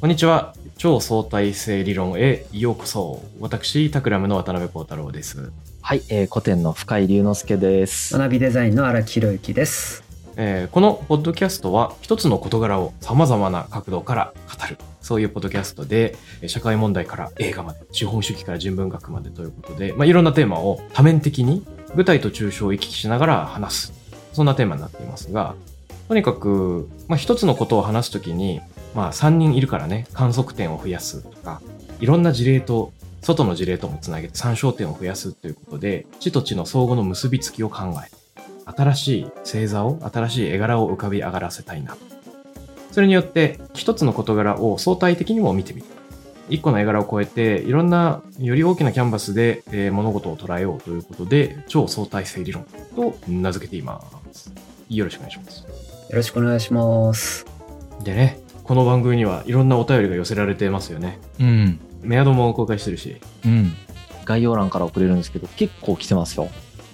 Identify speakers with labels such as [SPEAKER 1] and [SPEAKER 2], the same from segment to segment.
[SPEAKER 1] こんにちは。超相対性理論へようこそ。私、タクラムの渡辺幸太郎です。
[SPEAKER 2] はい、えー、古典の深井龍之介です。
[SPEAKER 3] 学びデザインの荒木宏之です。
[SPEAKER 1] えーこのポッドキャストは一つの事柄を様々な角度から語るそういうポッドキャストでえー社会問題から映画まで資本主義から人文学までということで、まあ、いろんなテーマを多面的に具体と抽象を行き来しながら話すそんなテーマになっていますがとにかく、まあ、一つのことを話すときに、まあ、3人いるからね観測点を増やすとかいろんな事例と外の事例ともつなげて参照点を増やすということで地と地の相互の結びつきを考え新しい星座を新しい絵柄を浮かび上がらせたいなそれによって一つの事柄を相対的にも見てみる一個の絵柄を超えていろんなより大きなキャンバスで、えー物事を捉えようということで超相対性理論と名付けていますよろしくお願いします
[SPEAKER 3] よろしくお願いします。
[SPEAKER 1] でねこの番組にはいろんなお便りが寄せられてますよね
[SPEAKER 2] うん。
[SPEAKER 1] メアドも公開してるし
[SPEAKER 2] うん。概要欄から送れるんですけど、結構来てますよ。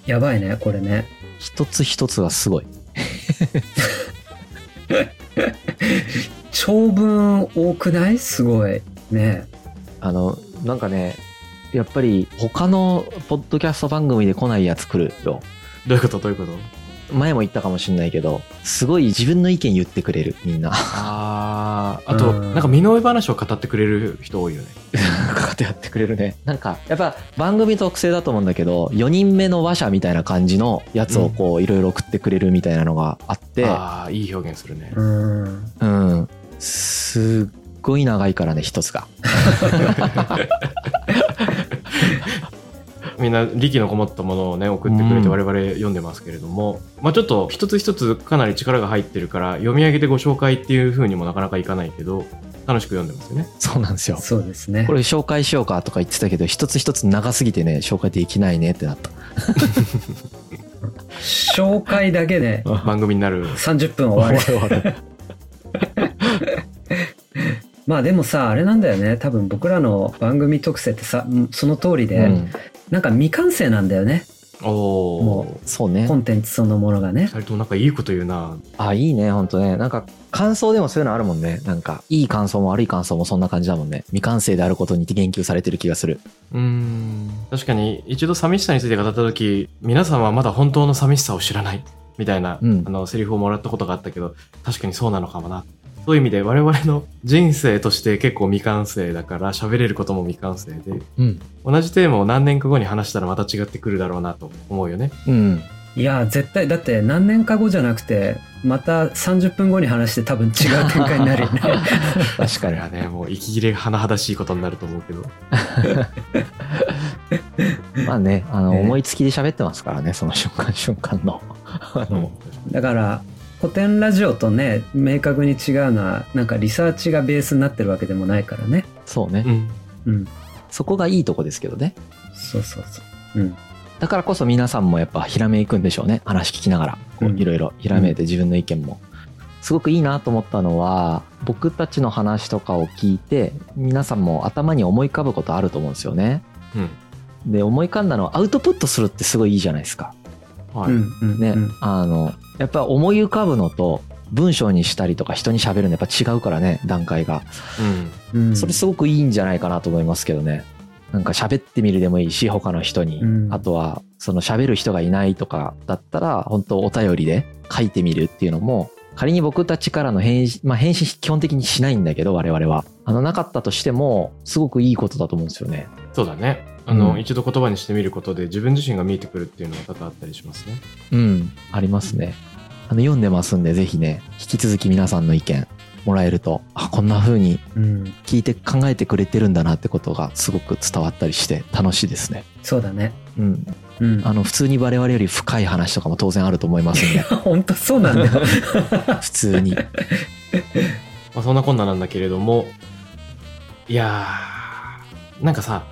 [SPEAKER 3] やばいね、これね。
[SPEAKER 2] 一つ一つがすごい。
[SPEAKER 3] 長文多くないすごい。ね
[SPEAKER 2] あの、なんかね、やっぱり他のポッドキャスト番組で来ないやつ来るよ。
[SPEAKER 1] どういうことどういうこと
[SPEAKER 2] 前も言ったかもしれないけど、すごい自分の意見言ってくれる、みんな。
[SPEAKER 1] あーあと
[SPEAKER 3] うん
[SPEAKER 1] なんか身の上話を語ってくれる人多いよね
[SPEAKER 2] かってやってくれるね。なんか、やっぱ番組特性だと思うんだけど、4人目の話者みたいな感じのやつをこう、いろいろ送ってくれるみたいなのがあって、
[SPEAKER 1] ああいい表現するね
[SPEAKER 3] うーん。
[SPEAKER 2] うん。すっごい長いからね、一つが。
[SPEAKER 1] みんな力のこもったものをね送ってくれて
[SPEAKER 2] うん
[SPEAKER 1] 我々読んでますけれども、まあちょっと一つ一つかなり力が入ってるから読み上げてご紹介っていう風にもなかなかいかないけど楽しく読んでますよね
[SPEAKER 2] そうなんですよ。
[SPEAKER 3] そうですね
[SPEAKER 2] こ。れ紹介しようかとか言ってたけど、一つ一つ長すぎてね、紹介できないねってなった。
[SPEAKER 3] 紹介だけで
[SPEAKER 1] 番組に なる
[SPEAKER 3] 30分終わる。まあでもさ、あれなんだよね。多分僕らの番組特性ってさ、うんその通りで、
[SPEAKER 2] うん
[SPEAKER 3] なんか未完成なんだよね。
[SPEAKER 1] おお
[SPEAKER 3] も
[SPEAKER 2] そうね
[SPEAKER 3] コ。ンテンツそのものがね
[SPEAKER 1] 2。人ともなんかいいこと言うな
[SPEAKER 2] あ、いいね、ほんとね。なんか、感想でもそういうのあるもんね。なんか、いい感想も悪い感想もそんな感じだもんね。未完成であることに言及されてる気がする。
[SPEAKER 1] うーん確かに一度寂しさについて語った時皆さんはまだ本当の寂しさを知らないみたいな、
[SPEAKER 2] うん
[SPEAKER 1] あのセリフをもらったことがあったけど確かにそうなのかもなそういう意味で我々の人生として結構未完成だから喋れることも未完成で
[SPEAKER 2] うん。
[SPEAKER 1] 同じテーマを何年か後に話したらまた違ってくるだろうなと思うよね。
[SPEAKER 2] うん。
[SPEAKER 3] いや、絶対、だって何年か後じゃなくて、また30分後に話して多分違う展開になるよね。
[SPEAKER 2] 確
[SPEAKER 1] あ
[SPEAKER 2] かに
[SPEAKER 1] れ。はね、もう息切れが甚だしいことになると思うけど。
[SPEAKER 2] まあね、あの、
[SPEAKER 3] ね
[SPEAKER 2] 思いつきで喋ってますからね、その瞬間瞬間の。あの、
[SPEAKER 3] だから古典ラジオとね明確に違うのはなんかリサーチがベースになってるわけでもないからね
[SPEAKER 2] そうね
[SPEAKER 1] う。ん。
[SPEAKER 3] うん
[SPEAKER 2] そこがいいとこですけどね。
[SPEAKER 3] そうそうそううん
[SPEAKER 2] だからこそ皆さんもやっぱひらめいくんでしょうね話聞きながらこう
[SPEAKER 3] うん
[SPEAKER 2] いろいろひらめいて自分の意見も、すごくいいなと思ったのは僕たちの話とかを聞いて皆さんも頭に思い浮かぶことあると思うんですよね
[SPEAKER 1] うん。
[SPEAKER 2] で思い浮かんだのをアウトプットするってすごいいいじゃないですか
[SPEAKER 1] は
[SPEAKER 3] う
[SPEAKER 1] い。
[SPEAKER 3] んうん
[SPEAKER 2] ね、
[SPEAKER 3] うん
[SPEAKER 2] あのやっぱ思い浮かぶのと文章にしたりとか人に喋るのやっぱ違うからね段階が
[SPEAKER 1] うん
[SPEAKER 3] うん
[SPEAKER 2] それすごくいいんじゃないかなと思いますけどね。なんか喋ってみるでもいいし、他の人に。
[SPEAKER 3] うん
[SPEAKER 2] あとは、その喋る人がいないとかだったら、本当お便りで書いてみるっていうのも、仮に僕たちからの返信、まあ返信基本的にしないんだけど、我々は。あの、なかったとしても、すごくいいことだと思うんですよね。
[SPEAKER 1] そうだね。あの、
[SPEAKER 2] うん
[SPEAKER 1] 一度言葉にしてみることで自分自身が見えてくるっていうのが多々あったりしますね。
[SPEAKER 2] うん、ありますね。あの、読んでますんで、ぜひね、引き続き皆さんの意見もらえると、あ、こんな風に
[SPEAKER 3] うん
[SPEAKER 2] 聞いて考えてくれてるんだなってことがすごく伝わったりして楽しいですね。
[SPEAKER 3] そうだね
[SPEAKER 2] うん、
[SPEAKER 3] うん
[SPEAKER 2] あの普通に我々より深い話とかも当然あると思 いますんで
[SPEAKER 3] 本当そうなんだよ
[SPEAKER 2] 普通に
[SPEAKER 1] まあ、そんなこんななんだけれども、いやー、なんかさ、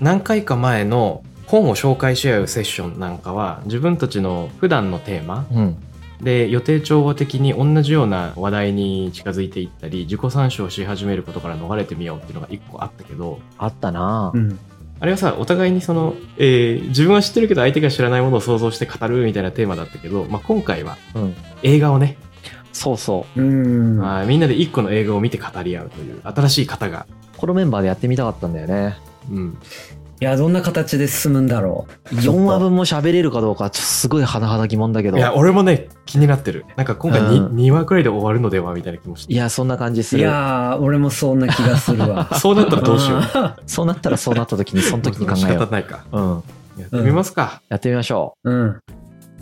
[SPEAKER 1] 何回か前の本を紹介し合うセッションなんかは、自分たちの普段のテーマ
[SPEAKER 2] うん
[SPEAKER 1] で予定調和的に同じような話題に近づいていったり、自己参照し始めることから逃れてみようっていうのが一個あったけど、
[SPEAKER 2] あったな
[SPEAKER 3] う
[SPEAKER 2] ぁ
[SPEAKER 3] ん
[SPEAKER 1] あれはさ、お互いにその、えー自分は知ってるけど相手が知らないものを想像して語るみたいなテーマだったけど、まあ、今回は
[SPEAKER 2] うん
[SPEAKER 1] 映画をね、
[SPEAKER 2] そうそう。
[SPEAKER 3] うん。
[SPEAKER 1] はいみんなで一個の映画を見て語り合うという新しい方が、
[SPEAKER 2] このメンバーでやってみたかったんだよね。
[SPEAKER 1] うん、
[SPEAKER 3] いや、どんな形で進むんだろう。
[SPEAKER 2] 4話分も喋れるかどうか、ちょっとすごい甚だ疑問だけど。
[SPEAKER 1] いや俺もね気になってるなんか今回 2,、
[SPEAKER 2] うん
[SPEAKER 1] 二話くらいで終わるのではみたいな気もして。
[SPEAKER 2] いやそんな感じす
[SPEAKER 3] い
[SPEAKER 2] る。
[SPEAKER 3] やー、俺もそんな気がするわ
[SPEAKER 1] そうなったらどうしよう
[SPEAKER 3] う。
[SPEAKER 2] そうなったらそうなった時に、その時に考え
[SPEAKER 1] 仕
[SPEAKER 2] よ
[SPEAKER 1] 方
[SPEAKER 2] う。
[SPEAKER 1] ないか
[SPEAKER 2] うん。
[SPEAKER 1] やってみますか、
[SPEAKER 2] やってみましょ
[SPEAKER 3] うん。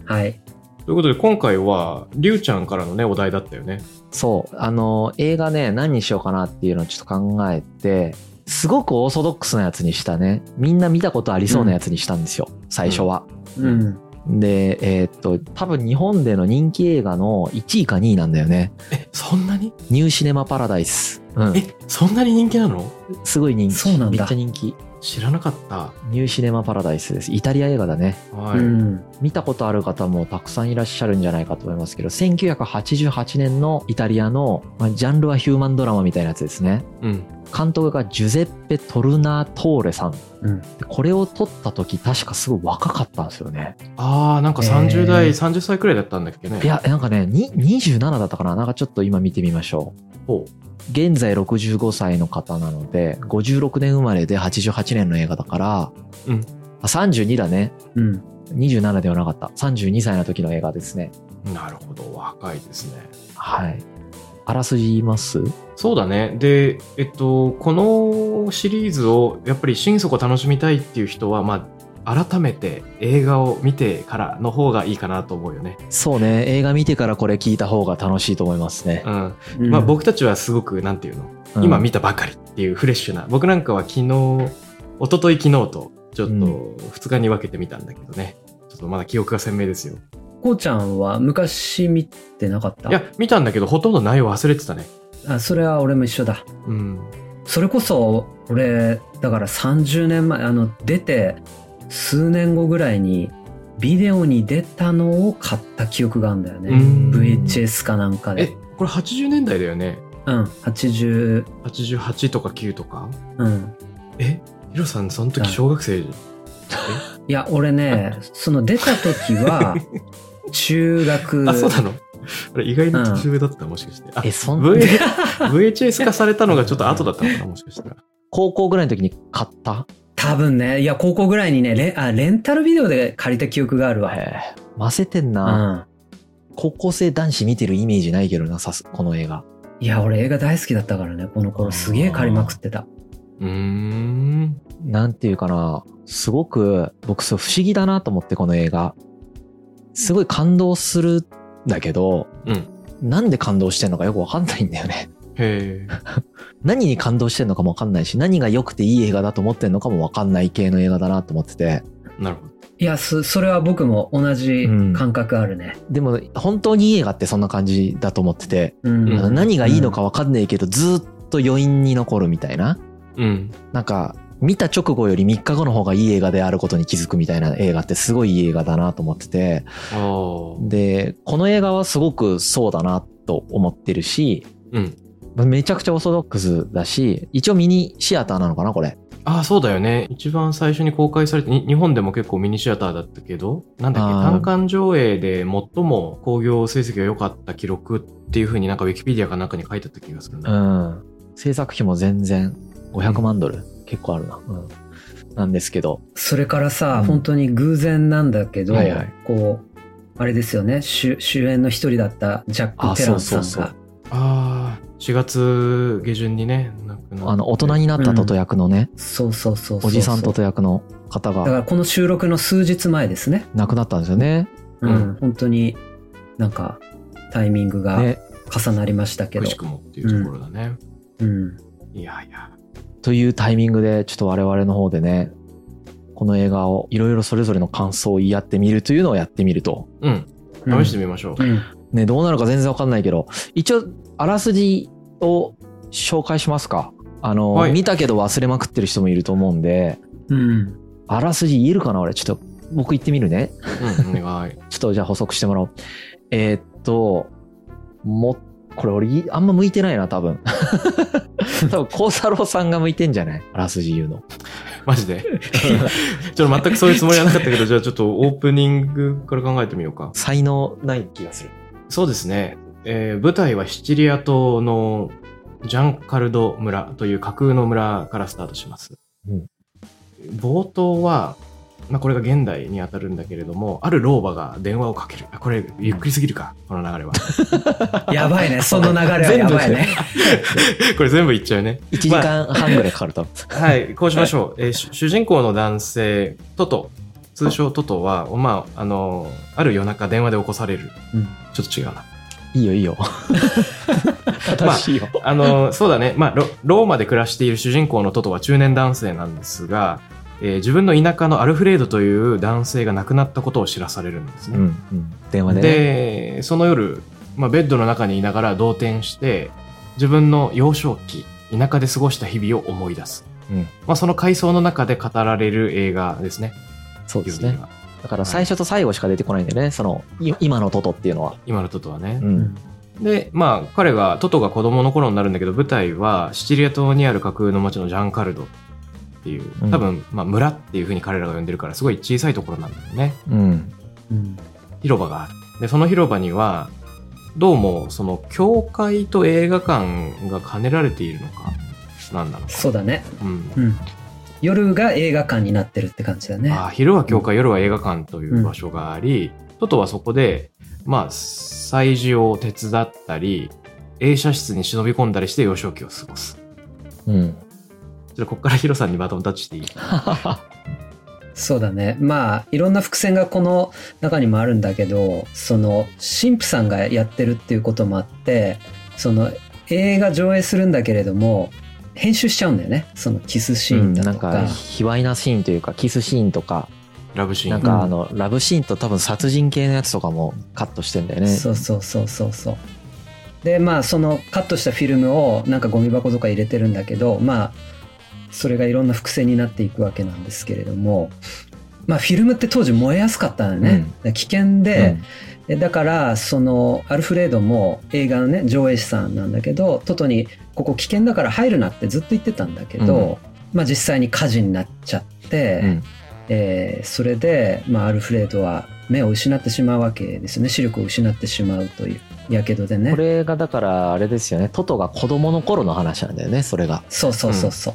[SPEAKER 3] はい。
[SPEAKER 1] ということで今回はりゅうちゃんからのねお題だったよね
[SPEAKER 2] う。そう。あの、映画ね、何にしようかなっていうのをちょっと考えて、すごくオーソドックスなやつにしたね。みんな見たことありそうなやつにしたんですよ。最初は。
[SPEAKER 3] うん。
[SPEAKER 2] で、えーっと、多分日本での人気映画の1位か2位なんだよね。
[SPEAKER 1] えそんなに
[SPEAKER 2] ニューシネマパラダイス。うん。
[SPEAKER 1] えそんなに人気なの
[SPEAKER 2] すごい人気。
[SPEAKER 3] そうなんだ
[SPEAKER 2] めっちゃ人気。
[SPEAKER 1] 知らなかった
[SPEAKER 2] ニューシネマパラダイスです。イタリア映画だね。
[SPEAKER 1] はい、
[SPEAKER 3] うん。
[SPEAKER 2] 見たことある方もたくさんいらっしゃるんじゃないかと思いますけど、1988年のイタリアの、まあジャンルはヒューマンドラマみたいなやつですね。
[SPEAKER 1] うん
[SPEAKER 2] 監督がジュゼッペ・トルナートーレさん。
[SPEAKER 3] うん
[SPEAKER 2] でこれを撮った時、確かすごい若かったんですよね。
[SPEAKER 1] あーなんか
[SPEAKER 3] え
[SPEAKER 1] 30
[SPEAKER 3] ー
[SPEAKER 1] 代、30歳くらいだったんだっけね
[SPEAKER 2] いや、なんかね、に27だったかななんかちょっと今見てみましょう。
[SPEAKER 1] ほ
[SPEAKER 2] 現在65歳の方なので、56年生まれで88年の映画だから、
[SPEAKER 1] うん
[SPEAKER 2] あ32だね。
[SPEAKER 3] うん。
[SPEAKER 2] 27ではなかった。32歳の時の映画ですね。
[SPEAKER 1] うなるほど若いですね
[SPEAKER 2] はい。あらすじ言います
[SPEAKER 1] そうだねでえっとこのシリーズをやっぱり心底楽しみたいっていう人はまあ改めて映画を見てからの方がいいかなと思うよね。
[SPEAKER 2] そうね映画見てからこれ聞いた方が楽しいと思いますね
[SPEAKER 1] う、ん。まあ僕たちはすごく、なんていうの、今見
[SPEAKER 2] て
[SPEAKER 1] たばかりっていうフレッシュな、僕なんかは昨日、一昨日昨日と、ちょっと
[SPEAKER 2] うん
[SPEAKER 1] 2日に分けてみたんだけどね。ちょっとまだ記憶が鮮明ですよ。
[SPEAKER 3] こうちゃんは昔見てなかった
[SPEAKER 1] いや、見たんだけど、ほとんど内容忘れてたね。
[SPEAKER 3] あそれは俺も一緒だ
[SPEAKER 1] うん。
[SPEAKER 3] それこそ俺だから30年前あの出て数年後ぐらいにビデオに出たのを買った記憶があるんだよ
[SPEAKER 1] う
[SPEAKER 3] ね
[SPEAKER 1] ん
[SPEAKER 3] VHS かなんか
[SPEAKER 1] え
[SPEAKER 3] で、
[SPEAKER 1] これ80年代だよね。
[SPEAKER 3] うん80
[SPEAKER 1] 88とか9とか。
[SPEAKER 3] うん
[SPEAKER 1] えヒロさん、その時小学生
[SPEAKER 3] いや俺ねその出た時は 中学
[SPEAKER 1] あ、そうなのあれ意外に年上だった、もしかして。あ
[SPEAKER 2] えそん
[SPEAKER 1] V- VHS 化されたのがちょっと後だったのかな、もしかしたら。
[SPEAKER 2] 高校ぐらいの時に買った
[SPEAKER 3] 多分ねいや高校ぐらいにねレンあレンタルビデオで借りた記憶があるわ
[SPEAKER 2] へえませてん
[SPEAKER 3] う
[SPEAKER 2] な、
[SPEAKER 3] ん
[SPEAKER 2] 高校生男子見てるイメージないけどなさすこの映画
[SPEAKER 3] いや俺映画大好きだったからねこの頃すげえ借りまくってた
[SPEAKER 1] うーん。
[SPEAKER 2] なんていうかなすごく僕そう不思議だなと思ってこの映画すごい感動するんだけど、
[SPEAKER 1] うん
[SPEAKER 2] なんで感動してんのかよくわかんないんだよね
[SPEAKER 1] へえ。
[SPEAKER 2] 何に感動してんのかもわかんないし何が良くていい映画だと思ってんのかもわかんない系の映画だなと思ってて
[SPEAKER 1] なるほど。
[SPEAKER 3] いやそそれは僕も同じ感覚あるね、
[SPEAKER 2] でも本当にいい映画ってそんな感じだと思ってて、
[SPEAKER 3] うん
[SPEAKER 1] うん
[SPEAKER 2] 何がいいのかわかんないけどずーっと余韻に残るみたいな
[SPEAKER 1] うん。
[SPEAKER 2] なんか見た直後より3日後の方がいい映画であることに気づくみたいな映画ってすごいいい映画だなと思ってて
[SPEAKER 1] ああ。
[SPEAKER 2] でこの映画はすごくそうだなと思ってるし
[SPEAKER 1] うん。
[SPEAKER 2] めちゃくちゃオーソドックスだし一応ミニシアターなのかなこれ
[SPEAKER 1] ああ、そうだよね。一番最初に公開されて、に日本でも結構ミニシアターだったけど、なんだっけ、
[SPEAKER 2] あー
[SPEAKER 1] 単館上映で最も興行成績が良かった記録っていう風になんかウィキペディアかなんかに書いてあった気がする
[SPEAKER 2] う
[SPEAKER 1] な。
[SPEAKER 2] ん。制作費も全然500万ドル、結構あるな。うん。なんですけど。
[SPEAKER 3] それからさ、
[SPEAKER 2] うん
[SPEAKER 3] 本当に偶然なんだけど、
[SPEAKER 2] はいはい
[SPEAKER 3] こうあれですよね主主演の一人だったジャッ
[SPEAKER 2] あ
[SPEAKER 3] ク・テランスさん
[SPEAKER 2] そ
[SPEAKER 3] が
[SPEAKER 2] うそうそう
[SPEAKER 1] ああ、4月下旬にね、亡くなって
[SPEAKER 2] あの、大人になったトト役のね、
[SPEAKER 3] そうそうそうそう
[SPEAKER 2] おじさんトト役の方
[SPEAKER 3] だか
[SPEAKER 2] が
[SPEAKER 3] らこの収録の数日前ですね
[SPEAKER 2] 亡くなったんですよね。
[SPEAKER 3] うん、
[SPEAKER 1] うん
[SPEAKER 3] 本当になんかタイミングが
[SPEAKER 2] ね。
[SPEAKER 3] 重なりましたけ
[SPEAKER 1] く
[SPEAKER 3] ど、
[SPEAKER 1] しくもっていうところだね。
[SPEAKER 3] うん、
[SPEAKER 1] いやいや。
[SPEAKER 2] というタイミングで、ちょっと我々の方でね、この映画をいろいろそれぞれの感想を言い合ってみるというのをやってみると。
[SPEAKER 1] うん。
[SPEAKER 3] うん
[SPEAKER 1] 試してみましょう。
[SPEAKER 3] うん
[SPEAKER 2] ね、どうなるか全然わかんないけど、一応、あらすじを紹介しますか。あの、
[SPEAKER 1] はい
[SPEAKER 2] 見たけど忘れまくってる人もいると思うんで、
[SPEAKER 3] うん
[SPEAKER 2] あらすじ言えるかな俺、ちょっと僕言ってみるね。
[SPEAKER 1] うん、お願い。
[SPEAKER 2] ちょっとじゃあ補足してもらおう。えーっと、も、これ俺い、あんま向いてないな、多分。多分、幸太郎さんが向いてんじゃないあらすじ言うの。
[SPEAKER 1] マジで。ちょっと全くそういうつもりはなかったけど、じゃあちょっとオープニングから考えてみようか。
[SPEAKER 2] 才能ない気がする。
[SPEAKER 1] そうですね。えー舞台はシチリア島のジャンカルド村という架空の村からスタートします、
[SPEAKER 2] うん
[SPEAKER 1] 冒頭は、まあ、これが現代にあたるんだけれどもある老婆が電話をかけるあこれゆっくりすぎるか、この流れ は
[SPEAKER 3] やばいね、その流れはやばいね。
[SPEAKER 1] これ全部言っちゃうね
[SPEAKER 2] 1時間半ぐらいかかると。
[SPEAKER 1] はい、こうしましょう。えー主主人公の男性、トト、通称トトは、まあ、あのー、ある夜中電話で起こされる。
[SPEAKER 3] うん
[SPEAKER 1] ちょっと違うな。
[SPEAKER 2] いいよい いよ。正しいよ。
[SPEAKER 1] あのー、そうだね、まあロ、ローマで暮らしている主人公のトトは中年男性なんですが、えー自分の田舎のアルフレードという男性が亡くなったことを知らされるんです
[SPEAKER 2] う
[SPEAKER 1] ね。
[SPEAKER 2] んうん。電話でね。
[SPEAKER 1] で、その夜、まあ、ベッドの中にいながら動転して、自分の幼少期、田舎で過ごした日々を思い出す。
[SPEAKER 2] うん
[SPEAKER 1] まあ、その回想の中で語られる映画ですね。
[SPEAKER 2] そうです
[SPEAKER 1] 基本的
[SPEAKER 2] ね
[SPEAKER 1] に。は
[SPEAKER 2] だから最初と最後しか出てこないんだよね。その、い今のトトっていうのは。
[SPEAKER 1] 今のトトはね
[SPEAKER 2] う、ん。
[SPEAKER 1] でまあ彼がトトが子供の頃になるんだけど舞台はシチリア島にある架空の町のジャンカルドっていう
[SPEAKER 2] うん
[SPEAKER 1] 多分、まあ、村っていうふうに彼らが呼んでるからすごい小さいところなんだよね
[SPEAKER 2] うん。
[SPEAKER 3] うん
[SPEAKER 1] 広場があるでその広場にはどうもその教会と映画館が兼ねられているのかなんだろ
[SPEAKER 3] そうだね。
[SPEAKER 1] う、うん
[SPEAKER 3] うん。夜が映画館になってるって感じだね。
[SPEAKER 1] あー昼は教会夜は映画館という場所があり、トトはそこでまあ祭事を手伝ったり映写室に忍び込んだりして幼少期を過ごす
[SPEAKER 2] う
[SPEAKER 1] ち
[SPEAKER 2] ん。
[SPEAKER 1] ょっとここからヒロさんにバトンタッチしていい
[SPEAKER 3] そうだね。まあ、いろんな伏線がこの中にもあるんだけど、その、神父さんがやってるっていうこともあって、その、映画上映するんだけれども、編集しちゃうんだよね。そのキスシーンだ
[SPEAKER 2] な
[SPEAKER 3] と
[SPEAKER 2] ん
[SPEAKER 3] か。
[SPEAKER 2] か、卑猥なシーンというか、キスシーンとか、
[SPEAKER 1] ラブシーン
[SPEAKER 2] なんかあの、ラブシーンと多分殺人系のやつとかもカットしてんだよね。
[SPEAKER 3] そうそうそうそうそう。でまあそのカットしたフィルムをなんかゴミ箱とか入れてるんだけどまあそれがいろんな伏線になっていくわけなんですけれども。まあ、フィルムって当時燃えやすかったんだよね、
[SPEAKER 2] うん
[SPEAKER 3] だから危険
[SPEAKER 2] うん
[SPEAKER 3] で、でだからそのアルフレードも映画のね上映師さんなんだけどトトにここ危険だから入るなってずっと言ってたんだけど、まあ、実際に火事になっちゃって、
[SPEAKER 2] うん
[SPEAKER 3] えーそれで、まあ、アルフレードは目を失ってしまうわけですよね視力を失ってしまうというやけどでね
[SPEAKER 2] これがだからあれですよねトトが子供の頃の話なんだよねそれが
[SPEAKER 3] そうそうそうそう、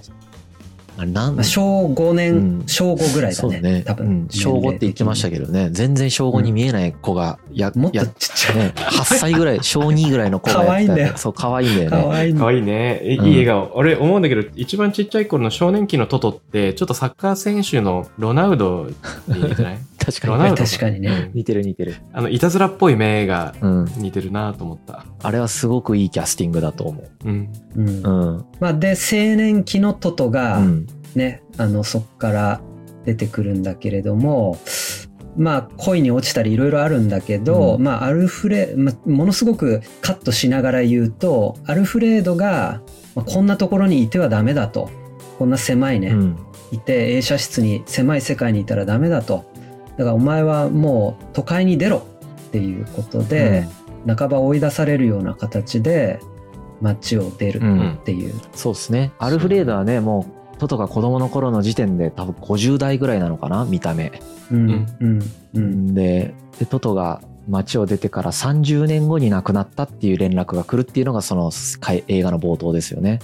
[SPEAKER 2] あれなん
[SPEAKER 3] まあ、小5年、
[SPEAKER 2] うん
[SPEAKER 3] 小5ぐらいだ
[SPEAKER 2] そう
[SPEAKER 3] ね
[SPEAKER 2] だね
[SPEAKER 3] 多分、
[SPEAKER 2] うん小5って言ってましたけどね全然小5に見えない子がや,、
[SPEAKER 3] もっ
[SPEAKER 2] や
[SPEAKER 3] とちっちゃい、
[SPEAKER 2] ね、8歳ぐらい小2ぐらいの子がやって
[SPEAKER 3] 可愛いん
[SPEAKER 2] た
[SPEAKER 3] だよ
[SPEAKER 2] そう可愛いんだよ
[SPEAKER 3] か
[SPEAKER 2] ね
[SPEAKER 3] わいい
[SPEAKER 1] か
[SPEAKER 3] の
[SPEAKER 1] わいいね。えい
[SPEAKER 2] うん
[SPEAKER 1] い笑顔。俺思うんだけど、一番ちっちゃい頃の少年期のトトって、ちょっとサッカー選手のロナウドに似 てない
[SPEAKER 2] 確
[SPEAKER 1] ロ
[SPEAKER 2] か
[SPEAKER 1] ナ
[SPEAKER 2] に
[SPEAKER 1] ウド
[SPEAKER 3] 確かにね
[SPEAKER 1] うん
[SPEAKER 2] 似てる似てる
[SPEAKER 1] あの、いたずらっぽい目が
[SPEAKER 2] うん
[SPEAKER 1] 似てるなと思った。
[SPEAKER 2] あれはすごくいいキャスティングだと思
[SPEAKER 1] うん。
[SPEAKER 3] うん
[SPEAKER 2] ううん、
[SPEAKER 3] まあ、で青年期のトトが、
[SPEAKER 2] うん、
[SPEAKER 3] ね、あのそこから出てくるんだけれどもまあ恋に落ちたりいろいろあるんだけど、
[SPEAKER 2] うん
[SPEAKER 3] まあアルフレ、まあ、ものすごくカットしながら言うとアルフレードが、まあ、こんなところにいてはダメだとこんな狭いね、
[SPEAKER 2] うん
[SPEAKER 3] いて映写室に狭い世界にいたらダメだとだからお前はもう都会に出ろっていうことで、半ば追い出されるような形で街を出る
[SPEAKER 2] う
[SPEAKER 1] うんん。
[SPEAKER 3] っていう、
[SPEAKER 2] そうですねアルフレードはねもうトトが子供の頃の時点で多分50代ぐらいなのかな見た目
[SPEAKER 3] うんうんうん、
[SPEAKER 2] ででトトが町を出てから30年後に亡くなったっていう連絡が来るっていうのがそのかい映画の冒頭ですよね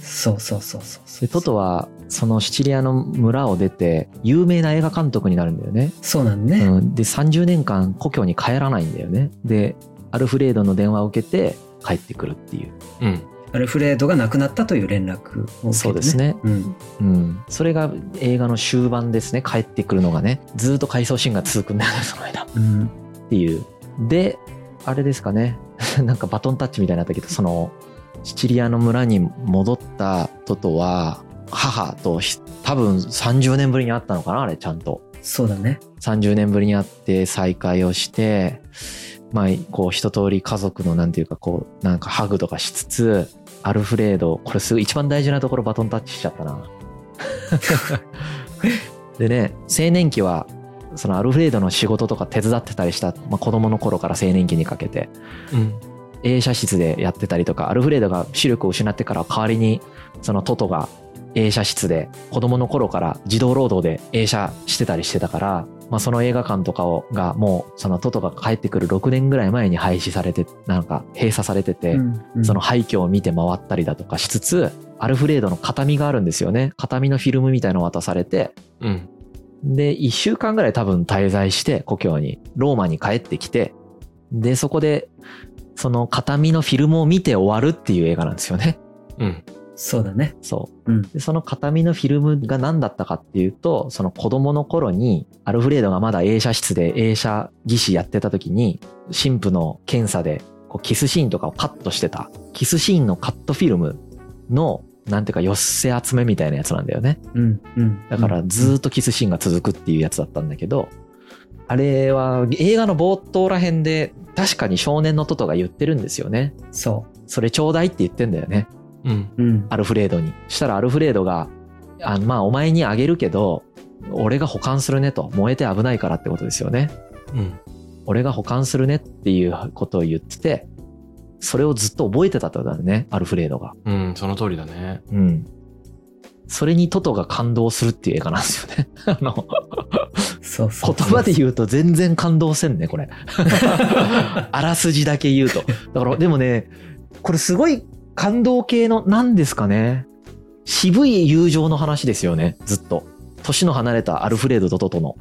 [SPEAKER 3] そうそうそうそうそう
[SPEAKER 2] でトトはそのシチリアの村を出て有名な映画監督になるんだよね、
[SPEAKER 3] そうなんね、
[SPEAKER 2] うん、で30年間故郷に帰らないんだよねでアルフレードの電話を受けて帰ってくるっていう、
[SPEAKER 1] うん。
[SPEAKER 3] アルフレードが亡くなったという連絡を受けて、ね、
[SPEAKER 2] そうですね、
[SPEAKER 3] うん、
[SPEAKER 2] うん、それが映画の終盤ですね帰ってくるのがねずっと回想シーンが続くんだよねその間
[SPEAKER 3] うん、
[SPEAKER 2] っていう。で、あれですかね、 なんかバトンタッチみたいになったけど、その、シチリアの村に戻ったトトは、母とひ多分30年ぶりに会ったのかな、あれ、ちゃんと。
[SPEAKER 3] そうだね
[SPEAKER 2] 30年ぶりに会って再会をして、まあ、こう、一通り家族の、なんていうか、こう、なんかハグとかしつつ、アルフレード、これすごい一番大事なところバトンタッチしちゃったな。でね、青年期は、そのアルフレードの仕事とか手伝ってたりした、まあ、子供の頃から青年期にかけて、
[SPEAKER 1] うん。
[SPEAKER 2] 映写室でやってたりとか、アルフレードが視力を失ってから代わりに、そのトトが映写室で、子供の頃から児童労働で映写してたりしてたから、まあ、その映画館とかをがもうそのトトが帰ってくる6年ぐらい前に廃止されてなんか閉鎖されてて、
[SPEAKER 3] うんうん
[SPEAKER 2] その廃墟を見て回ったりだとかしつつアルフレードの形見があるんですよね形見のフィルムみたいのを渡されて
[SPEAKER 1] うん。
[SPEAKER 2] で1週間ぐらい多分滞在して故郷にローマに帰ってきてでそこでその形見のフィルムを見て終わるっていう映画なんですよね
[SPEAKER 1] うん。
[SPEAKER 3] そうだね。
[SPEAKER 2] そう、
[SPEAKER 3] うん
[SPEAKER 2] でその形見のフィルムが何だったかっていうとその子供の頃にアルフレードがまだ映写室で映写技師やってた時に神父の検査でこうキスシーンとかをカットしてたキスシーンのカットフィルムのなんていうか寄せ集めみたいなやつなんだよね
[SPEAKER 3] うんうん。
[SPEAKER 2] だからずーっとキスシーンが続くっていうやつだったんだけど、あれは映画の冒頭ら辺で確かに少年のトトが言ってるんですよね
[SPEAKER 3] うんそ
[SPEAKER 2] それちょうだいって言ってんだよね
[SPEAKER 1] うん。
[SPEAKER 3] う。うん。
[SPEAKER 2] アルフレードに。したらアルフレードが、あまあお前にあげるけど、俺が保管するねと。燃えて危ないからってことですよね。
[SPEAKER 1] うん。
[SPEAKER 2] 俺が保管するねっていうことを言ってて、それをずっと覚えてたってことだね、アルフレードが。
[SPEAKER 1] うん。その通りだね。
[SPEAKER 2] うん。それにトトが感動するっていう映画なんですよね。 あの、
[SPEAKER 3] そうそうそう。
[SPEAKER 2] 言葉で言うと全然感動せんね、こ れ。あらすじだけ言うと。だから、でもね、これすごい感動系の、なんですかね。渋い友情の話ですよね、ずっと。年の離れたアルフレードとトトの。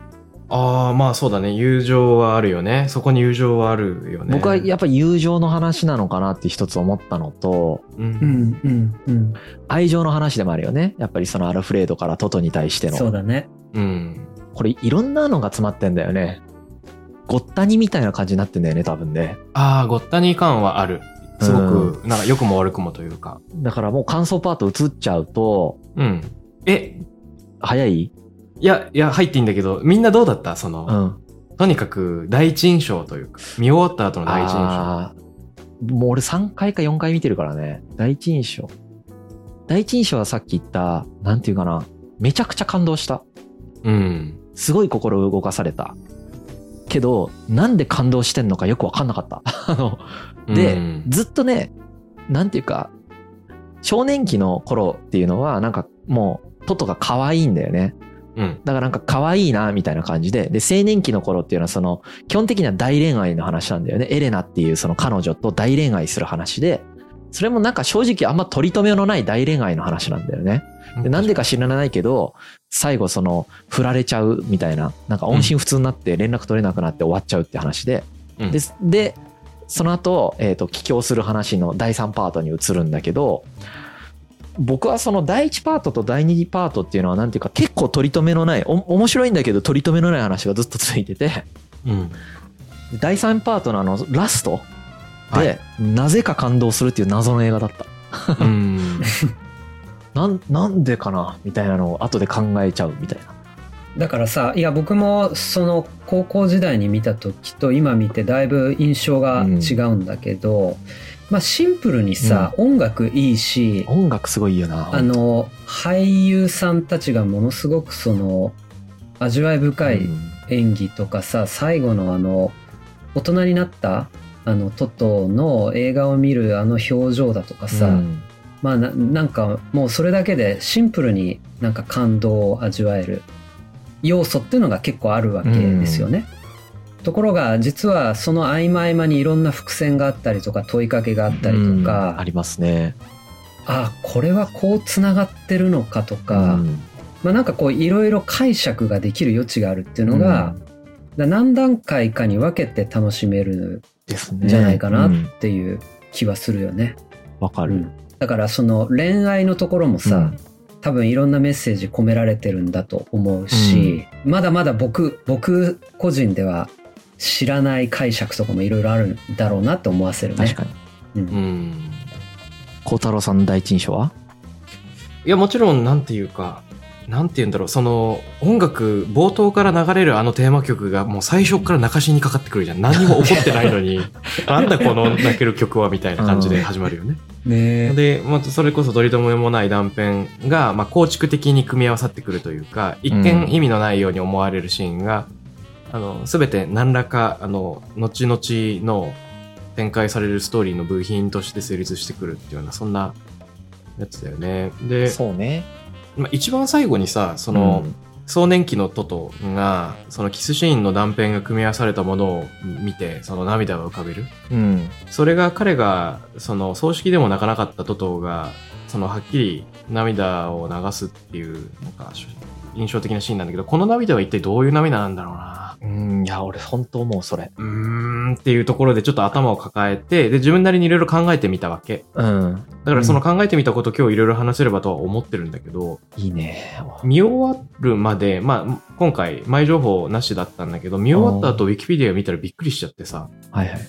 [SPEAKER 1] ああ、まあそうだね。友情はあるよね。そこに友情はあるよね。
[SPEAKER 2] 僕はやっぱり友情の話なのかなって一つ思ったのと、
[SPEAKER 1] う。
[SPEAKER 3] うんんうんうん。
[SPEAKER 2] 愛情の話でもあるよね。やっぱりそのアルフレードからトトに対して
[SPEAKER 3] そう
[SPEAKER 2] の。
[SPEAKER 3] だね。
[SPEAKER 1] うん。
[SPEAKER 2] これいろんなのが詰まってんだよね。ごったにみたいな感じになってんだよね、多分ね。
[SPEAKER 1] ああ、ごったに感はある。すごく、なんか良くも悪くもというか。
[SPEAKER 2] だからもう感想パート移っちゃうと、
[SPEAKER 1] うん。え、
[SPEAKER 2] 早い
[SPEAKER 1] いや、いや、入っていいんだけど、みんなどうだったそうの、
[SPEAKER 2] ん。
[SPEAKER 1] とにかく第一印象というか、見終わった後の第一印象。
[SPEAKER 2] あーもう俺3回か4回見てるからね。第一印象。第一印象はさっき言った、なんていうかな。めちゃくちゃ感動した。
[SPEAKER 1] うん。
[SPEAKER 2] すごい心動かされた。けど、なんで感動してんのかよくわかんなかった。 あの、で
[SPEAKER 1] うん
[SPEAKER 2] ずっとね、なんていうか、少年期の頃っていうのは、なんかもう、トトが可愛いんだよね。
[SPEAKER 1] うん。
[SPEAKER 2] だからなんか可愛いな、みたいな感じで。で、青年期の頃っていうのはその、基本的には大恋愛の話なんだよね。エレナっていうその彼女と大恋愛する話で、それもなんか正直あんま取り留めのない大恋愛の話なんだよね。で、なんでか知らないけど、最後その、振られちゃうみたいな、なんか音信不通になって連絡取れなくなって終わっちゃうって話で、
[SPEAKER 1] うん
[SPEAKER 2] で、で、その後、えっ、と、帰郷する話の第3パートに移るんだけど、僕はその第1パートと第2パートっていうのはなんていうか結構取り留めのないお面白いんだけど取り留めのない話がずっと続いてて
[SPEAKER 1] うん。
[SPEAKER 2] で第3パートのあのラストで、
[SPEAKER 1] はい
[SPEAKER 2] なぜか感動するっていう謎の映画だった
[SPEAKER 1] うん。
[SPEAKER 2] なんなんでかなみたいなのを後で考えちゃうみたいな
[SPEAKER 3] だからさ、いや僕もその高校時代に見た時と今見てだいぶ印象が違うんだけど、まあシンプルにさ、音楽いいし、
[SPEAKER 2] 音楽すごいいいよな
[SPEAKER 3] あの俳優さんたちがものすごくその味わい深い
[SPEAKER 2] うん
[SPEAKER 3] 演技とかさ最後のあの大人になったあのトトの映画を見るあの表情だとかさ、
[SPEAKER 2] うん
[SPEAKER 3] まあななんかもうそれだけでシンプルになんか感動を味わえる要素っていうのが結構あるわけですよね。ところが実はその合間合間にいろんな伏線があったりとか問いかけがあったりとか、
[SPEAKER 2] うんありますね
[SPEAKER 3] あこれはこうつながってるのかとか、
[SPEAKER 2] うん
[SPEAKER 3] まあ、なんかこういろいろ解釈ができる余地があるっていうのが、だ何段階かに分けて楽しめる
[SPEAKER 2] ですね
[SPEAKER 3] んじゃないかな
[SPEAKER 2] う
[SPEAKER 3] っ
[SPEAKER 2] ん
[SPEAKER 3] ていう気はするよね。
[SPEAKER 2] わ、かる、
[SPEAKER 3] うんだからその恋愛のところもさ、
[SPEAKER 2] うん
[SPEAKER 3] 多分いろんなメッセージ込められてるんだと思うし、まだまだ僕僕個人では知らない解釈とかもいろいろあるんだろうなと思わせるね。
[SPEAKER 2] 確かに
[SPEAKER 3] うん
[SPEAKER 1] うん。
[SPEAKER 2] 孝太郎さんの第一印象はい
[SPEAKER 1] や、もちろん、なんていうか、なんて言うんだろう、その、音楽、冒頭から流れるあのテーマ曲が、もう最初から泣かしにかかってくるじゃん。何にも起こってないの に、なんだこの泣ける曲は、みたいな感じで始まるよね。
[SPEAKER 3] ね
[SPEAKER 1] で、まあ、それこそどりとめもない断片が、まあ、構築的に組み合わさってくるというか、一
[SPEAKER 2] うん
[SPEAKER 1] 見意味のないように思われるシーンが、あの、すべて何らか、あの、後々の展開されるストーリーの部品として成立してくるっていうような、そんなやつだよね。で、
[SPEAKER 2] うね
[SPEAKER 1] まあ、一番最後にさその、
[SPEAKER 2] うん
[SPEAKER 1] 壮年期のトトがそのキスシーンの断片が組み合わされたものを見てその涙を浮かべる
[SPEAKER 2] うん。
[SPEAKER 1] それが彼がその葬式でも泣かなかったトトがそのはっきり涙を流すっていうなんか印象的なシーンなんだけどこの涙は一体どういう涙なんだろうな
[SPEAKER 2] うん、いや、俺、本当思う、それ。
[SPEAKER 1] うーんっていうところでちょっと頭を抱えてで自分なりにいろいろ考えてみたわけ
[SPEAKER 2] うん。
[SPEAKER 1] だからその考えてみたこと今日いろいろ話せればとは思ってるんだけど、
[SPEAKER 2] いいね。
[SPEAKER 1] 見終わるまで、まあ、今回前情報なしだったんだけど見終わった後ウィキペディア見たらびっくりしちゃってさ
[SPEAKER 2] はいはい。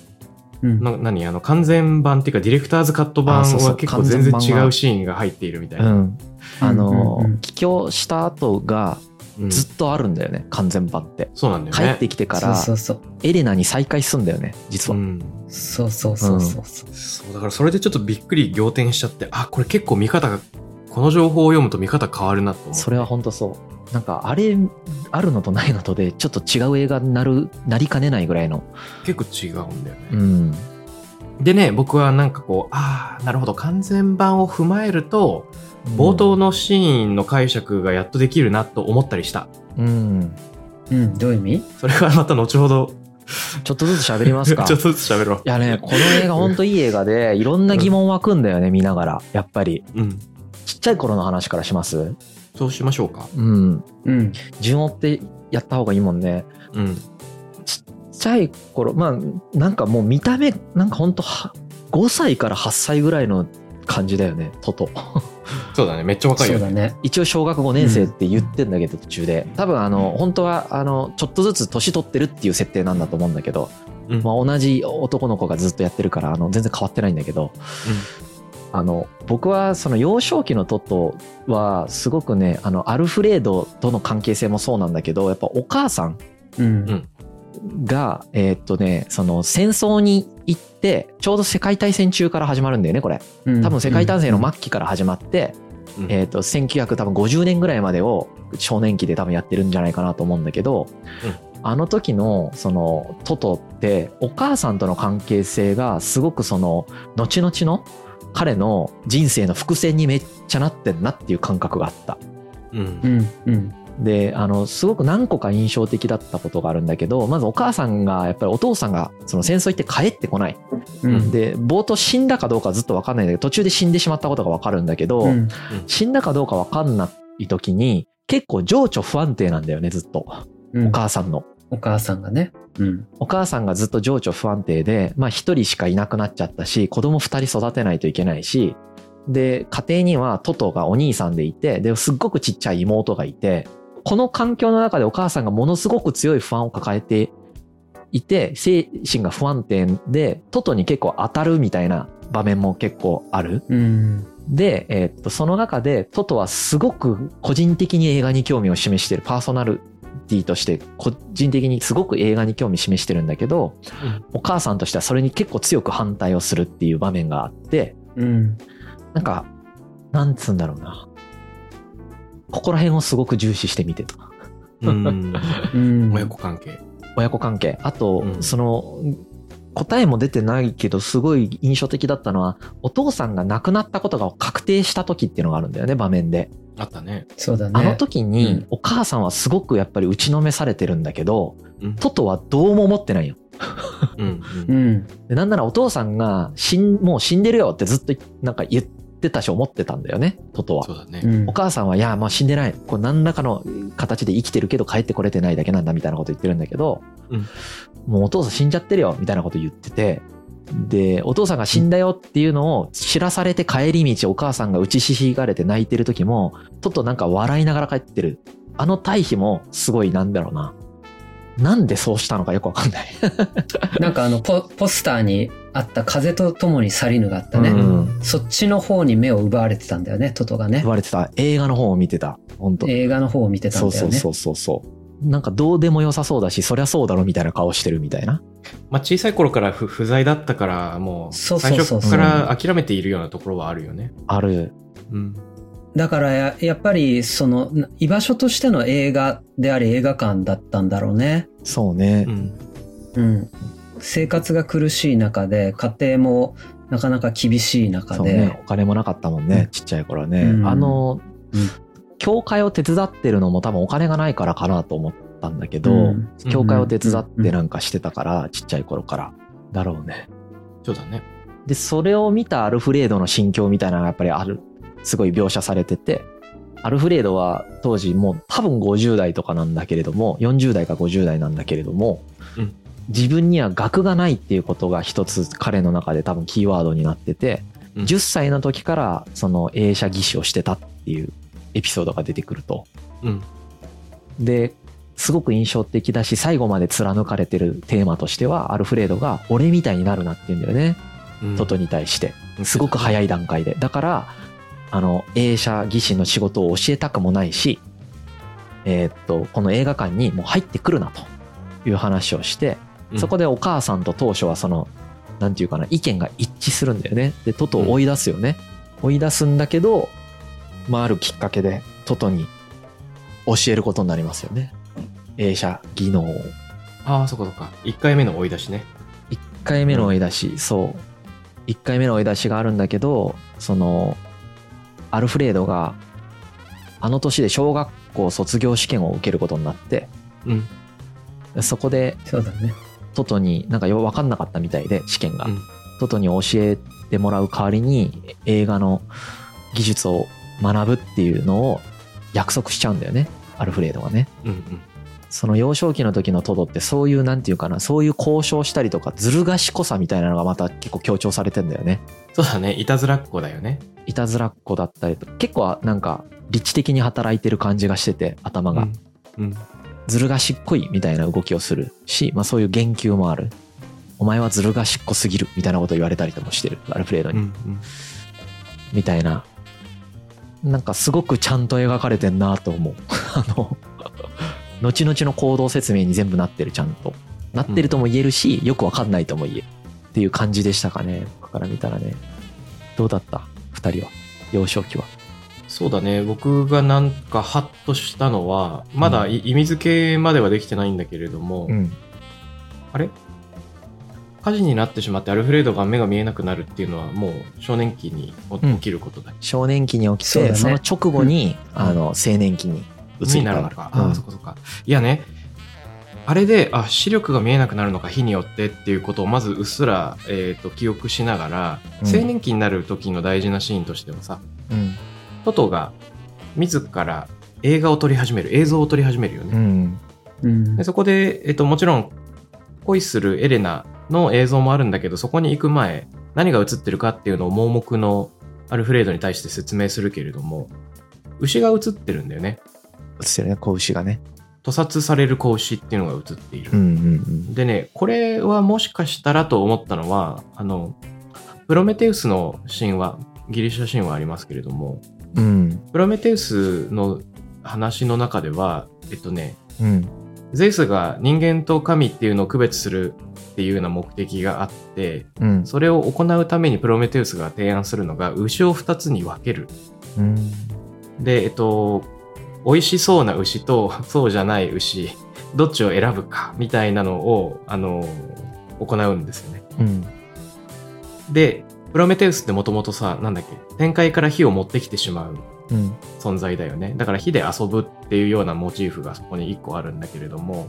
[SPEAKER 3] うん
[SPEAKER 1] な何あの完全版っていうかディレクターズカット版
[SPEAKER 2] あそうそ
[SPEAKER 1] は
[SPEAKER 2] う
[SPEAKER 1] 結構全然
[SPEAKER 2] 完
[SPEAKER 1] 違
[SPEAKER 2] 全版
[SPEAKER 1] う
[SPEAKER 2] は
[SPEAKER 1] シーンが入っているみたいうな、
[SPEAKER 2] ん。あの
[SPEAKER 3] うんうんうん、
[SPEAKER 2] 帰郷した後が
[SPEAKER 1] うん
[SPEAKER 2] ずっとあるんだよね、完全版って。
[SPEAKER 1] そうなんだ
[SPEAKER 2] 帰
[SPEAKER 1] よ
[SPEAKER 2] っ
[SPEAKER 1] ね
[SPEAKER 2] てきてか
[SPEAKER 3] そ
[SPEAKER 2] ら
[SPEAKER 3] うそう
[SPEAKER 2] エレナに再会すんだよね実
[SPEAKER 1] う
[SPEAKER 2] は、
[SPEAKER 1] ん、
[SPEAKER 3] そうそうそうそうそう、
[SPEAKER 1] そうだからそれでちょっとびっくり仰天しちゃってあこれ結構見方がこの情報を読むと見方変わるなと思って
[SPEAKER 2] それは本当そうなんかあれあるのとないのとでちょっと違う映画になるなりかねないぐらいの
[SPEAKER 1] 結構違うんだよね、
[SPEAKER 2] うん
[SPEAKER 1] でね僕はなんかこうああなるほど完全版を踏まえると冒頭のシーンの解釈がやっとできるなと思ったりした。
[SPEAKER 2] うん
[SPEAKER 3] うん、どういう意味
[SPEAKER 1] それはまた後ほど、
[SPEAKER 2] ちょっとずつ喋りま
[SPEAKER 1] ち
[SPEAKER 2] す
[SPEAKER 1] ょ
[SPEAKER 2] か
[SPEAKER 1] っとずつ喋ろう。
[SPEAKER 2] いやねこの映画本当いい映画でいろんな疑問湧くんだよね見ながらやっぱり
[SPEAKER 1] うん。
[SPEAKER 2] ちっちゃい頃の話からします
[SPEAKER 1] そうしましょうか。
[SPEAKER 2] うん
[SPEAKER 3] うん
[SPEAKER 2] 順を追ってやった方がいいもんね
[SPEAKER 1] うん。
[SPEAKER 2] ちっちゃい頃まあなんかもう見た目なんかほんとは5歳から8歳ぐらいの感じだよねトト
[SPEAKER 1] そうだね。めっちゃ若い
[SPEAKER 3] そ
[SPEAKER 1] よ
[SPEAKER 3] う
[SPEAKER 1] ね。
[SPEAKER 3] だね
[SPEAKER 2] 一応小学5年生って言ってんだけど途中で多分あの本当はあのちょっとずつ年取ってるっていう設定なんだと思うんだけど、
[SPEAKER 1] うん
[SPEAKER 2] まあ、同じ男の子がずっとやってるからあの全然変わってないんだけど、あの僕はその幼少期のトトはすごくねあのアルフレードとの関係性もそうなんだけどやっぱお母さん
[SPEAKER 3] うん
[SPEAKER 2] が、えーっとね、その戦争に行って、ちょうど世界大戦中から始まるんだよね、これ。
[SPEAKER 3] うん
[SPEAKER 2] 多分世界大戦の末期から始まって、
[SPEAKER 1] うん
[SPEAKER 2] えーっと、1950年ぐらいまでを少年期で多分やってるんじゃないかなと思うんだけど、
[SPEAKER 1] うん
[SPEAKER 2] あの時の、その、トトって、お母さんとの関係性が、すごくその、後々の彼の人生の伏線にめっちゃなってんなっていう感覚があった。
[SPEAKER 1] うん。
[SPEAKER 3] うんうん
[SPEAKER 2] であのすごく何個か印象的だったことがあるんだけどまずお母さんがやっぱりお父さんがその戦争行って帰ってこない
[SPEAKER 3] うん
[SPEAKER 2] で冒頭死んだかどうかずっと分かんないんだけど途中で死んでしまったことが分かるんだけど、
[SPEAKER 3] うん
[SPEAKER 2] 死んだかどうか分かんない時に結構情緒不安定なんだよねずっと
[SPEAKER 3] うん
[SPEAKER 2] お母さんの。
[SPEAKER 3] お母さんがねうん
[SPEAKER 2] お母さんがずっと情緒不安定で、まあ一人しかいなくなっちゃったし、子供二人育てないといけないし、で、家庭にはトトがお兄さんでいて、で、すっごくちっちゃい妹がいて、この環境の中でお母さんがものすごく強い不安を抱えていて、精神が不安定で、トトに結構当たるみたいな場面も結構ある。
[SPEAKER 3] うん
[SPEAKER 2] で、えーっと、その中で、トトはすごく個人的に映画に興味を示してる、パーソナルティとして、個人的にすごく映画に興味示してるんだけど、
[SPEAKER 1] うん
[SPEAKER 2] お母さんとしてはそれに結構強く反対をするっていう場面があって、
[SPEAKER 3] うん
[SPEAKER 2] なんか、なんつうんだろうな。ここら辺をすごく重視して見てた。
[SPEAKER 1] うん。
[SPEAKER 3] うん
[SPEAKER 1] 親子関係。
[SPEAKER 2] 親子関係あと、
[SPEAKER 1] うん
[SPEAKER 2] その答えも出てないけどすごい印象的だったのはお父さんが亡くなったことが確定した時っていうのがあるんだよね場面で
[SPEAKER 1] あったね。
[SPEAKER 3] そうだね
[SPEAKER 2] あの時
[SPEAKER 3] う
[SPEAKER 2] に
[SPEAKER 3] ん
[SPEAKER 2] お母さんはすごくやっぱり打ちのめされてるんだけど、
[SPEAKER 1] うん
[SPEAKER 2] トトはどうも思ってないよ
[SPEAKER 1] うん。う
[SPEAKER 3] うんん
[SPEAKER 2] でなんならお父さんが死んもう死んでるよってずっとなんか言ってたし思ってたんだよねトトは
[SPEAKER 1] そうだ
[SPEAKER 3] う
[SPEAKER 1] ね。
[SPEAKER 3] ん
[SPEAKER 2] お母さんは、いや、まあ死んでない。こう何らかの形で生きてるけど帰ってこれてないだけなんだみたいなこと言ってるんだけど、
[SPEAKER 1] うん
[SPEAKER 2] もうお父さん死んじゃってるよみたいなこと言ってて、で、お父さんが死んだよっていうのを知らされて帰り道、お母さんが打ちひしがれて泣いてる時も、ちょっとなんか笑いながら帰ってる。あの対比もすごいなんだろうな。なんでそうしたのかよくわかんない。
[SPEAKER 3] なんかあのポポスターにあった「風と共に去りぬ」があったね、
[SPEAKER 2] うん
[SPEAKER 3] そっちの方に目を奪われてたんだよねトトがね
[SPEAKER 2] 言われてた。映画の方を見てた。本当
[SPEAKER 3] 映画の方を見てた
[SPEAKER 2] そ
[SPEAKER 3] ん
[SPEAKER 2] う
[SPEAKER 3] だ
[SPEAKER 2] そ
[SPEAKER 3] よ
[SPEAKER 2] う
[SPEAKER 3] ね
[SPEAKER 2] そうそうそう。なんかどうでも良さそうだし、そりゃそうだろみたいな顔してるみたいな。
[SPEAKER 1] まあ、小さい頃から不不在だったから、もう、
[SPEAKER 3] そう
[SPEAKER 1] 最
[SPEAKER 3] そうそうそう
[SPEAKER 1] 初から諦めているようなところはあるよね。
[SPEAKER 2] ある。
[SPEAKER 1] うん。
[SPEAKER 3] だからややっぱりそのな居場所としての映画であり映画館だったんだろうね
[SPEAKER 2] そうね
[SPEAKER 1] う。ん。
[SPEAKER 3] うん生活が苦しい中で家庭もなかなか厳しい中
[SPEAKER 2] そう
[SPEAKER 3] で
[SPEAKER 2] ね。お金もなかったもんね。ちっちゃい頃ね。
[SPEAKER 3] うん
[SPEAKER 2] あの、
[SPEAKER 3] うん
[SPEAKER 2] 教会を手伝ってるのも多分お金がないからかなと思ったんだけど、
[SPEAKER 3] うん
[SPEAKER 2] 教会を手伝ってなんかしてたから、ちっちゃい頃からだろうね
[SPEAKER 1] そうだね。
[SPEAKER 2] でそれを見たアルフレードの心境みたいなのがやっぱりあるすごい描写されててアルフレードは当時もう多分50代とかなんだけれども40代か50代なんだけれども、
[SPEAKER 1] うん
[SPEAKER 2] 自分には学がないっていうことが一つ彼の中で多分キーワードになってて、
[SPEAKER 1] うん
[SPEAKER 2] 10歳の時からその映写技師をしてたっていうエピソードが出てくると。
[SPEAKER 1] うん。
[SPEAKER 2] ですごく印象的だし最後まで貫かれてるテーマとしてはアルフレードが「俺みたいになるな」って言うんだよね、
[SPEAKER 1] うん
[SPEAKER 2] トトに対してすごく早い段階でだからあの映写技師の仕事を教えたくもないしえーっとこの映画館にもう入ってくるなという話をして
[SPEAKER 1] うん
[SPEAKER 2] そこでお母さんと当初はそのなんていうかな意見が一致するんだよねでトトを追い出すよね、追い出すんだけど、まあ、あるきっかけでトトに教えることになりますよね映写技能を
[SPEAKER 1] ああ、そこそこか。1回目の追い出しね。
[SPEAKER 2] 1回目の追い出し、そう1回目の追い出しがあるんだけどそのアルフレードがあの年で小学校卒業試験を受けることになって
[SPEAKER 1] うん。
[SPEAKER 2] そこで
[SPEAKER 3] そうだね。
[SPEAKER 2] トトになんかよく分かんなかったみたいで試験が、
[SPEAKER 1] うん
[SPEAKER 2] トトに教えてもらう代わりに映画の技術を学ぶっていうのを約束しちゃうんだよねアルフレードがね
[SPEAKER 1] うんうん。
[SPEAKER 2] その幼少期の時のトドってそういうなんていうかなそういう交渉したりとかずる賢さみたいなのがまた結構強調されてんだよね
[SPEAKER 1] そうだね。いたずらっ子だよね。
[SPEAKER 2] いたずらっ子だったりと結構なんか理知的に働いてる感じがしてて頭が、
[SPEAKER 1] うん。うん。
[SPEAKER 2] ずる賢いみたいな動きをするし、まあ、そういう言及もあるお前はずる賢すぎるみたいなこと言われたりともしてるアルフレード
[SPEAKER 1] う
[SPEAKER 2] に、
[SPEAKER 1] んうん
[SPEAKER 2] みたいななんかすごくちゃんと描かれてんなと思う あの後々の行動説明に全部なってるちゃんとなってるとも言えるし、よくわかんないとも言えるっていう感じでしたかね僕から見たらねどうだった2人は幼少期は
[SPEAKER 1] そうだね僕がなんかハッとしたのはまだい意味付けまではできてないんだけれども、
[SPEAKER 2] ん
[SPEAKER 1] あれ火事になってしまってアルフレードが目が見えなくなるっていうのはもう少年期にお
[SPEAKER 2] うん
[SPEAKER 1] 起きることだ、
[SPEAKER 2] 少年期に起き
[SPEAKER 3] そう
[SPEAKER 2] て
[SPEAKER 3] だね
[SPEAKER 2] そ,、の直後に、あの青年期に移り
[SPEAKER 1] に
[SPEAKER 2] 変
[SPEAKER 1] なる
[SPEAKER 2] わ
[SPEAKER 1] の
[SPEAKER 2] る
[SPEAKER 1] か、ああそこそこかいやねあれであ視力が見えなくなるのか火によってっていうことをまずうっすら、えー、と記憶しながら、
[SPEAKER 2] うん
[SPEAKER 1] 青年期になる時の大事なシーンとしてはさ
[SPEAKER 2] うん
[SPEAKER 1] トトが自ら映画を撮り始める映像を撮り始めるよね、
[SPEAKER 2] うん
[SPEAKER 3] うん
[SPEAKER 1] で。そこで、えっと、もちろん恋するエレナの映像もあるんだけどそこに行く前何が映ってるかっていうのを盲目のアルフレードに対して説明するけれども牛が映ってるんだよね
[SPEAKER 2] 映ってるね子牛がね
[SPEAKER 1] 屠殺される子牛っていうのが映っている、
[SPEAKER 2] んうん
[SPEAKER 1] でねこれはもしかしたらと思ったのはあのプロメテウスの神話ギリシャ神話ありますけれども
[SPEAKER 2] うんうん
[SPEAKER 1] プロメテウスの話の中ではえっとね
[SPEAKER 2] うん
[SPEAKER 1] ゼウスが人間と神っていうのを区別するっていうような目的があって
[SPEAKER 2] うん
[SPEAKER 1] それを行うためにプロメテウスが提案するのが牛を2つに分ける
[SPEAKER 2] うん
[SPEAKER 1] でえっと美味しそうな牛とそうじゃない牛どっちを選ぶかみたいなのをあの行うんですよね
[SPEAKER 2] うん
[SPEAKER 1] でプロメテウスってもともとさなんだっけ天界から火を持ってきてしまう
[SPEAKER 2] うん
[SPEAKER 1] 存在だよねだから火で遊ぶっていうようなモチーフがそこに1個あるんだけれども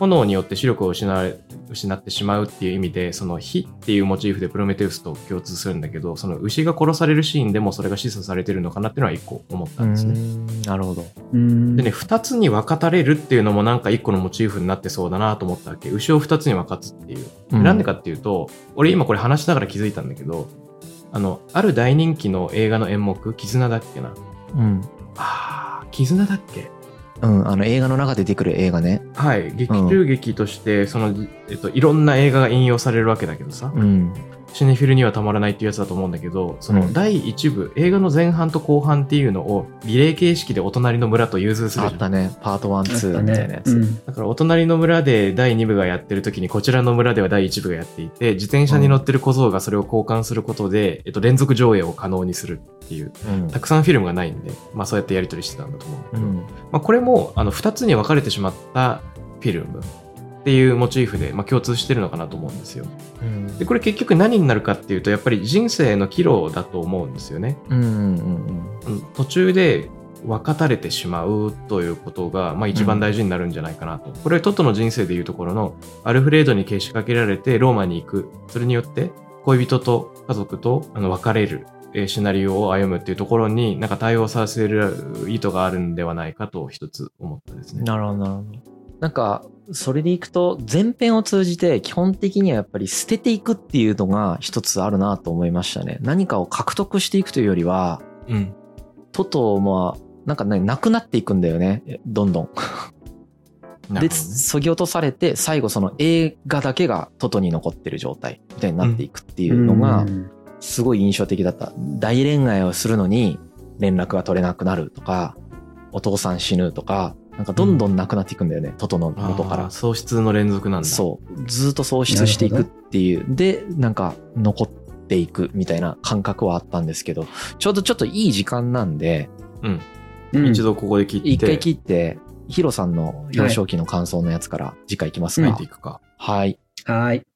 [SPEAKER 1] 炎によって視力を失われ失ってしまうっていう意味でその火っていうモチーフでプロメテウスと共通するんだけどその牛が殺されるシーンでもそれが示唆されてるのかなっていうのは1個思ったんですね。
[SPEAKER 2] なるほど。
[SPEAKER 3] うん
[SPEAKER 1] でね、2つに分かたれるっていうのもなんか1個のモチーフになってそうだなと思ったわけ牛を2つに分かつっていうな、んでかっていうと俺今これ話しながら気づいたんだけどあのある大人気の映画の演目「絆」だっけな
[SPEAKER 2] うん。
[SPEAKER 1] あー絆だっけ
[SPEAKER 2] うん、あの映画の中で出てくる映画ね。
[SPEAKER 1] はい劇中劇としてその、えっと、いろんな映画が引用されるわけだけどさ、
[SPEAKER 2] うん。
[SPEAKER 1] シネフィルにはたまらないっていうやつだと思うんだけどそうの
[SPEAKER 2] ん
[SPEAKER 1] 第1部、映画の前半と後半っていうのをリレー形式でお隣の村と融通する
[SPEAKER 2] あっ
[SPEAKER 1] じゃ
[SPEAKER 2] た
[SPEAKER 1] ん
[SPEAKER 2] ね。パート1、2みたいなや
[SPEAKER 3] う
[SPEAKER 2] つ。
[SPEAKER 3] ん
[SPEAKER 1] だからお隣の村で第2部がやってる時にこちらの村では第1部がやっていて自転車に乗ってる小僧がそれを交換することで、えっと、連続上映を可能にするっていう
[SPEAKER 2] うん
[SPEAKER 1] たくさんフィルムがないんで、まあ、そうやってやり取りしてたんだと思うんだけ
[SPEAKER 2] う
[SPEAKER 1] ど、
[SPEAKER 2] ん。
[SPEAKER 1] まあ、これもあの2つに分かれてしまったフィルムっていうモチーフで、まあ、共通してるのかなと思うんですよ。
[SPEAKER 2] うん
[SPEAKER 1] でこれ結局何になるかっていうとやっぱり人生の岐路だと思うんですよね。
[SPEAKER 2] うんうんうん
[SPEAKER 1] うん途中で分かたれてしまうということが、まあ、一番大事になるんじゃないかなと、これトットの人生でいうところのアルフレードにけしかけられてローマに行くそれによって恋人と家族とあの別れるえーシナリオを歩むっていうところになんか対応させる意図があるんではないかと一つ思ったですね。
[SPEAKER 2] なるほどなるほどなんかそれでいくと前編を通じて基本的にはやっぱり捨てていくっていうのが一つあるなと思いましたね何かを獲得していくというよりは
[SPEAKER 1] うん、
[SPEAKER 2] トトもなんかねなくなっていくんだよねどんどん
[SPEAKER 1] なるほ
[SPEAKER 2] で
[SPEAKER 1] どね
[SPEAKER 2] 削ぎ落とされて最後その映画だけがトトに残ってる状態みたいになっていくっていうのが
[SPEAKER 3] うん
[SPEAKER 2] すごい印象的だった大恋愛をするのに連絡が取れなくなるとかお父さん死ぬとかなんかどんどんなくなっていくんだよね、トトの元
[SPEAKER 1] あ
[SPEAKER 2] か
[SPEAKER 1] ー
[SPEAKER 2] ら
[SPEAKER 1] 喪失の連続なんだ。
[SPEAKER 2] そうずっと喪失していくっていうでなんか残っていくみたいな感覚はあったんですけどちょうどちょっといい時間なんで
[SPEAKER 3] うん
[SPEAKER 1] 一度ここで切って、
[SPEAKER 2] 一回切ってヒロさんの幼少期の感想のやつから次回いきます
[SPEAKER 1] 詰
[SPEAKER 2] が、
[SPEAKER 1] めていくか。
[SPEAKER 2] はい
[SPEAKER 3] はい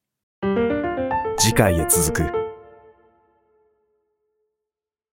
[SPEAKER 4] 次回へ続く